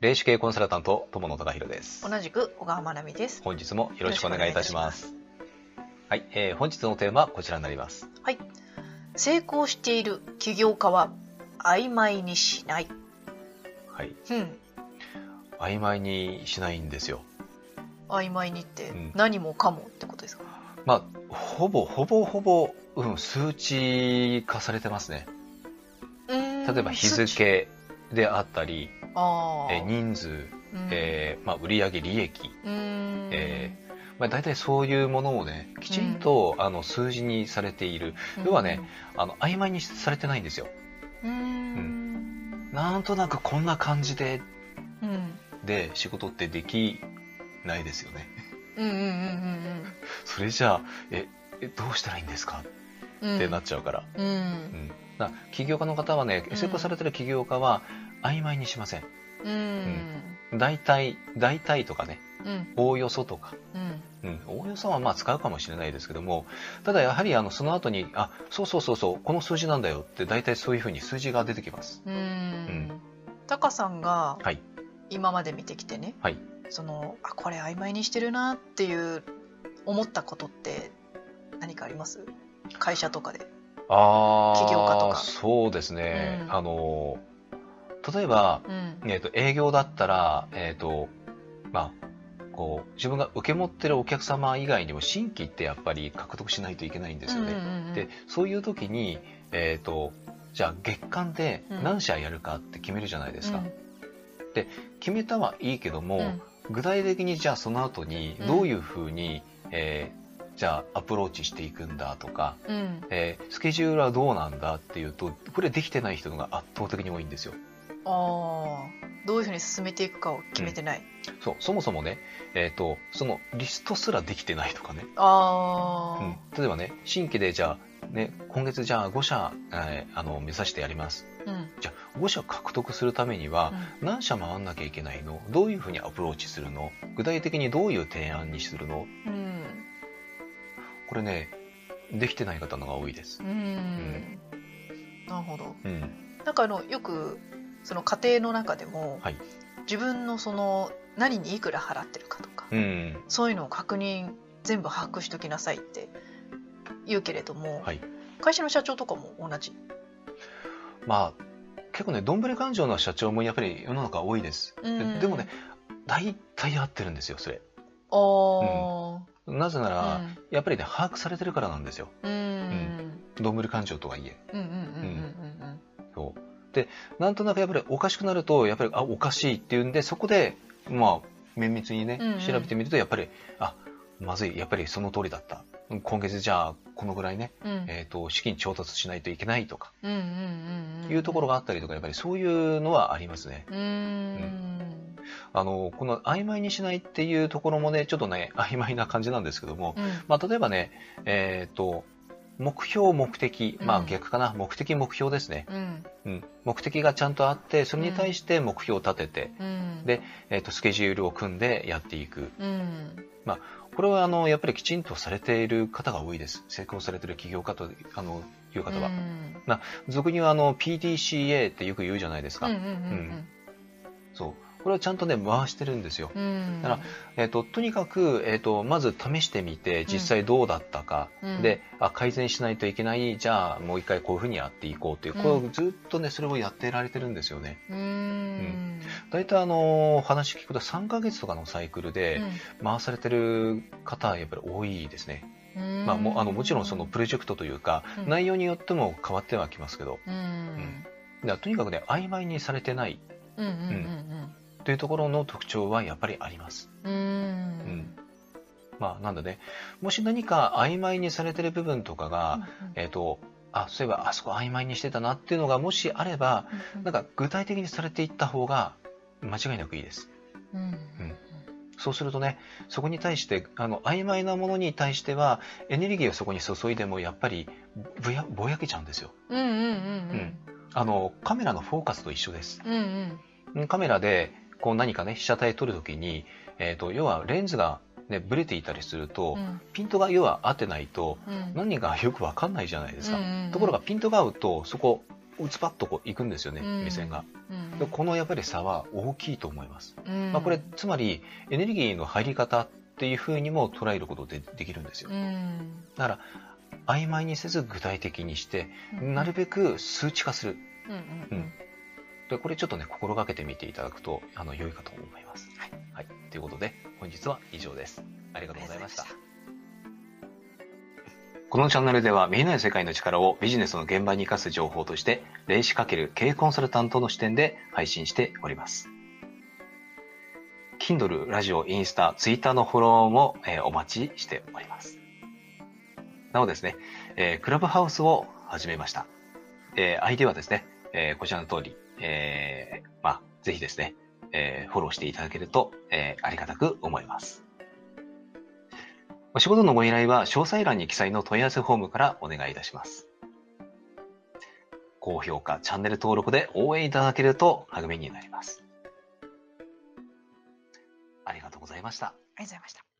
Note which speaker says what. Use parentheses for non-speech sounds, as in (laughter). Speaker 1: 霊視系コンサルタント友野忠宏です
Speaker 2: 同じく小川真奈美です。
Speaker 1: 本日もよろしくお願いいたしますはい、えー本日のテーマはこちらになります
Speaker 2: はい。成功している起業家は曖昧にしない。
Speaker 1: はい
Speaker 2: うん。
Speaker 1: 曖昧にしないんですよ
Speaker 2: 曖昧にって
Speaker 1: うん
Speaker 2: 何もかもってことですか。
Speaker 1: まあほぼほぼほぼ、うん、数値化されてますね
Speaker 2: うーん
Speaker 1: 例えば日。
Speaker 2: 数値
Speaker 1: 付であったり、
Speaker 2: ああ。
Speaker 1: えー人数、
Speaker 2: うん
Speaker 1: えーまあ、売上利益、
Speaker 2: うーん。
Speaker 1: えまあ、大体そういうものをねきちんと、あの数字にされている要はね。あの曖昧にされてないんですよ
Speaker 2: うーん。
Speaker 1: なんとなくこんな感じで
Speaker 2: うん。
Speaker 1: で仕事ってできないですよね (laughs)
Speaker 2: うんうんうん
Speaker 1: それじゃあええどうしたらいいんですか
Speaker 2: うんうん。
Speaker 1: ってなっちゃうから,、う
Speaker 2: う
Speaker 1: ん
Speaker 2: ん。
Speaker 1: だから起業家の方はね
Speaker 2: うん
Speaker 1: 成功されてる起業家は曖昧にしません
Speaker 2: うん。うん。
Speaker 1: 大体大体とかね
Speaker 2: うん。
Speaker 1: おおよそとか
Speaker 2: うん。
Speaker 1: うん、おおよそはまあ使うかもしれないですけどもただやはりあのその後にあそうそうそうそうこの数字なんだよって大体そういうふうに数字が出てきます
Speaker 2: うー。
Speaker 1: うん
Speaker 2: タカさんが
Speaker 1: はい
Speaker 2: 今まで見てきてね、
Speaker 1: はい
Speaker 2: そのあこれ曖昧にしてるなっていう思ったことって何かあります会社とかで。
Speaker 1: あ
Speaker 2: 起業家とか
Speaker 1: そうですね、
Speaker 2: うん
Speaker 1: あの例えば、
Speaker 2: うん
Speaker 1: えー、と営業だったらえっ、とまあこう自分が受け持ってるお客様以外にも新規ってやっぱり獲得しないといけないんですよね、でそういう時にえっ、とじゃあ月間で何社やるかって決めるじゃないですか、決めたはいいけども、具体的にじゃあその後にどういうふうに、えーじゃあアプローチしていくんだとか、えースケジュールはどうなんだっていうとこれできてない人のが圧倒的に多いんですよ。
Speaker 2: ああーどういうふうに進めていくかを決めてない。
Speaker 1: そうそもそもね、えー、とそのリストすらできてないとかね、
Speaker 2: あ
Speaker 1: うん、例えばね新規でじゃあ、ね、今月じゃあ5社、えーあの目指してやります
Speaker 2: あ、うん
Speaker 1: じゃあ5社獲得するためには何社回んなきゃいけないのどういうふうにアプローチするの具体的にどういう提案にするの
Speaker 2: うん
Speaker 1: これねできてない方のが多いです
Speaker 2: うんうんなるほど。
Speaker 1: うん
Speaker 2: なんかあのよくその家庭の中でも、
Speaker 1: はい
Speaker 2: 自分のその何にいくら払ってるかとか、
Speaker 1: うん
Speaker 2: そういうのを確認全部把握しときなさいって言うけれども、
Speaker 1: はい
Speaker 2: 会社の社長とかも同じ。
Speaker 1: まあ結構ねどんぶり勘定の社長もやっぱり世の中多いですで
Speaker 2: うん
Speaker 1: でもね大体合ってるんですよそれ
Speaker 2: あー
Speaker 1: なぜな
Speaker 2: う
Speaker 1: ら、
Speaker 2: ん
Speaker 1: やっぱりね把握されてるからなんですよ
Speaker 2: うんうん
Speaker 1: どんぶり勘定とはいえ
Speaker 2: うんうんうんうん
Speaker 1: そうでなんとなくやっぱりおかしくなるとやっぱりあおかしいっていうんでそこでまあ綿密にね
Speaker 2: うんうん
Speaker 1: 調べてみるとやっぱり、あまずいやっぱりその通りだったうん今月じゃあこのぐらいね、
Speaker 2: うんうん
Speaker 1: えー、と資金調達しないといけないとか
Speaker 2: うんうんうん
Speaker 1: いうところ
Speaker 2: が
Speaker 1: があったりとかやっぱりそういうのはありますね
Speaker 2: うーん
Speaker 1: あのこの曖昧にしないっていうところもねちょっとね曖昧な感じなんですけども、
Speaker 2: うん
Speaker 1: まあ、例えばねえっ、と目標目的ま
Speaker 2: う
Speaker 1: あ
Speaker 2: ん
Speaker 1: 逆かな、目的目標ですね、
Speaker 2: うん
Speaker 1: うん、目的がちゃんとあってそれに対して目標を立てて、
Speaker 2: うん
Speaker 1: でえー、とスケジュールを組んでやっていく
Speaker 2: うん
Speaker 1: これはあのやっぱりきちんとされている方が多いです成功されている起業家とあのいう方は、
Speaker 2: うん
Speaker 1: 俗にはあの PDCA ってよく言うじゃないですか、
Speaker 2: うんうん
Speaker 1: そうこれはちゃんとね回してるんですよ
Speaker 2: うんうん
Speaker 1: だからえっととにかく、えっとまず試してみて実際どうだったか、
Speaker 2: うん
Speaker 1: であ改善しないといけないじゃあもう一回こういうふうにやっていこうという、
Speaker 2: うん
Speaker 1: これをずっとねそれをやってられてるんですよね
Speaker 2: うーん
Speaker 1: 大体あのーお話聞くと3ヶ月とかのサイクルで回されてる方はやっぱり多いですね、
Speaker 2: うん
Speaker 1: まあ、もうあのもちろんそのプロジェクトというか、
Speaker 2: うん
Speaker 1: 内容によっても変わってはきますけど
Speaker 2: うんうん
Speaker 1: だからとにかくね曖昧にされてない
Speaker 2: うんうんうん
Speaker 1: というところの特徴はやっぱりあります
Speaker 2: うんうん
Speaker 1: まあ、なんだね、もし何か曖昧にされてる部分とかが、えっ、と、あ、そういえばあそこ曖昧にしてたなっていうのがもしあれば、なん
Speaker 2: か
Speaker 1: か具体的にされていった方が間違いなくいいです。
Speaker 2: うん
Speaker 1: そうするとね、そこに対して、あの、曖昧なものに対しては、エネルギーをそこに注いでも、やっぱりぼや、ぼやけちゃうんですよ。
Speaker 2: うんうんうんうん
Speaker 1: あの、カメラのフォーカスと一緒です。
Speaker 2: うんうん
Speaker 1: カメラで、こう何かね、被写体撮るときに、えっ、と、要はレンズが、ね、ブレていたりすると、
Speaker 2: うん
Speaker 1: ピントが要は合ってないと、
Speaker 2: うん
Speaker 1: 何がよくわかんないじゃないですか、
Speaker 2: うんうんうん
Speaker 1: ところがピントが合うとそこうつばっとこう行くんですよね、
Speaker 2: うん
Speaker 1: 目線が
Speaker 2: うん
Speaker 1: でこのやっぱり差は大きいと思います。
Speaker 2: うん
Speaker 1: まあ、これつまりエネルギーの入り方っていうふうにも捉えることでできるんですよ
Speaker 2: う。ん
Speaker 1: だから曖昧にせず具体的にして
Speaker 2: うん
Speaker 1: なるべく数値化する。
Speaker 2: うんうんうん
Speaker 1: でこれちょっとね心がけてみていただくとあの良いかと思います。
Speaker 2: はい、
Speaker 1: はい、ということで本日は以上です。ありが
Speaker 2: あ
Speaker 1: と
Speaker 2: り
Speaker 1: う
Speaker 2: が
Speaker 1: ござい
Speaker 2: とうござい
Speaker 1: ま
Speaker 2: ま
Speaker 1: し
Speaker 2: したた。。
Speaker 1: このチャンネルでは見えない世界の力をビジネスの現場に生かす情報として、霊視×経営コンサルタントの視点で配信しております。Kindle、ラジオ、インスタ、ツイッターのフォローも、えーお待ちしております。なおですね、えークラブハウスを始めました。えー、ID はですね、えーこちらの通り、えーまあ、ぜひですね、えーフォローしていただけると、えーありがたく思います。お仕事のご依頼は詳細欄に記載の問い合わせフォームからお願いいたします。高評価、チャンネル登録で応援いただけると励みになります。ありがとうございました。
Speaker 2: ありがとうございました。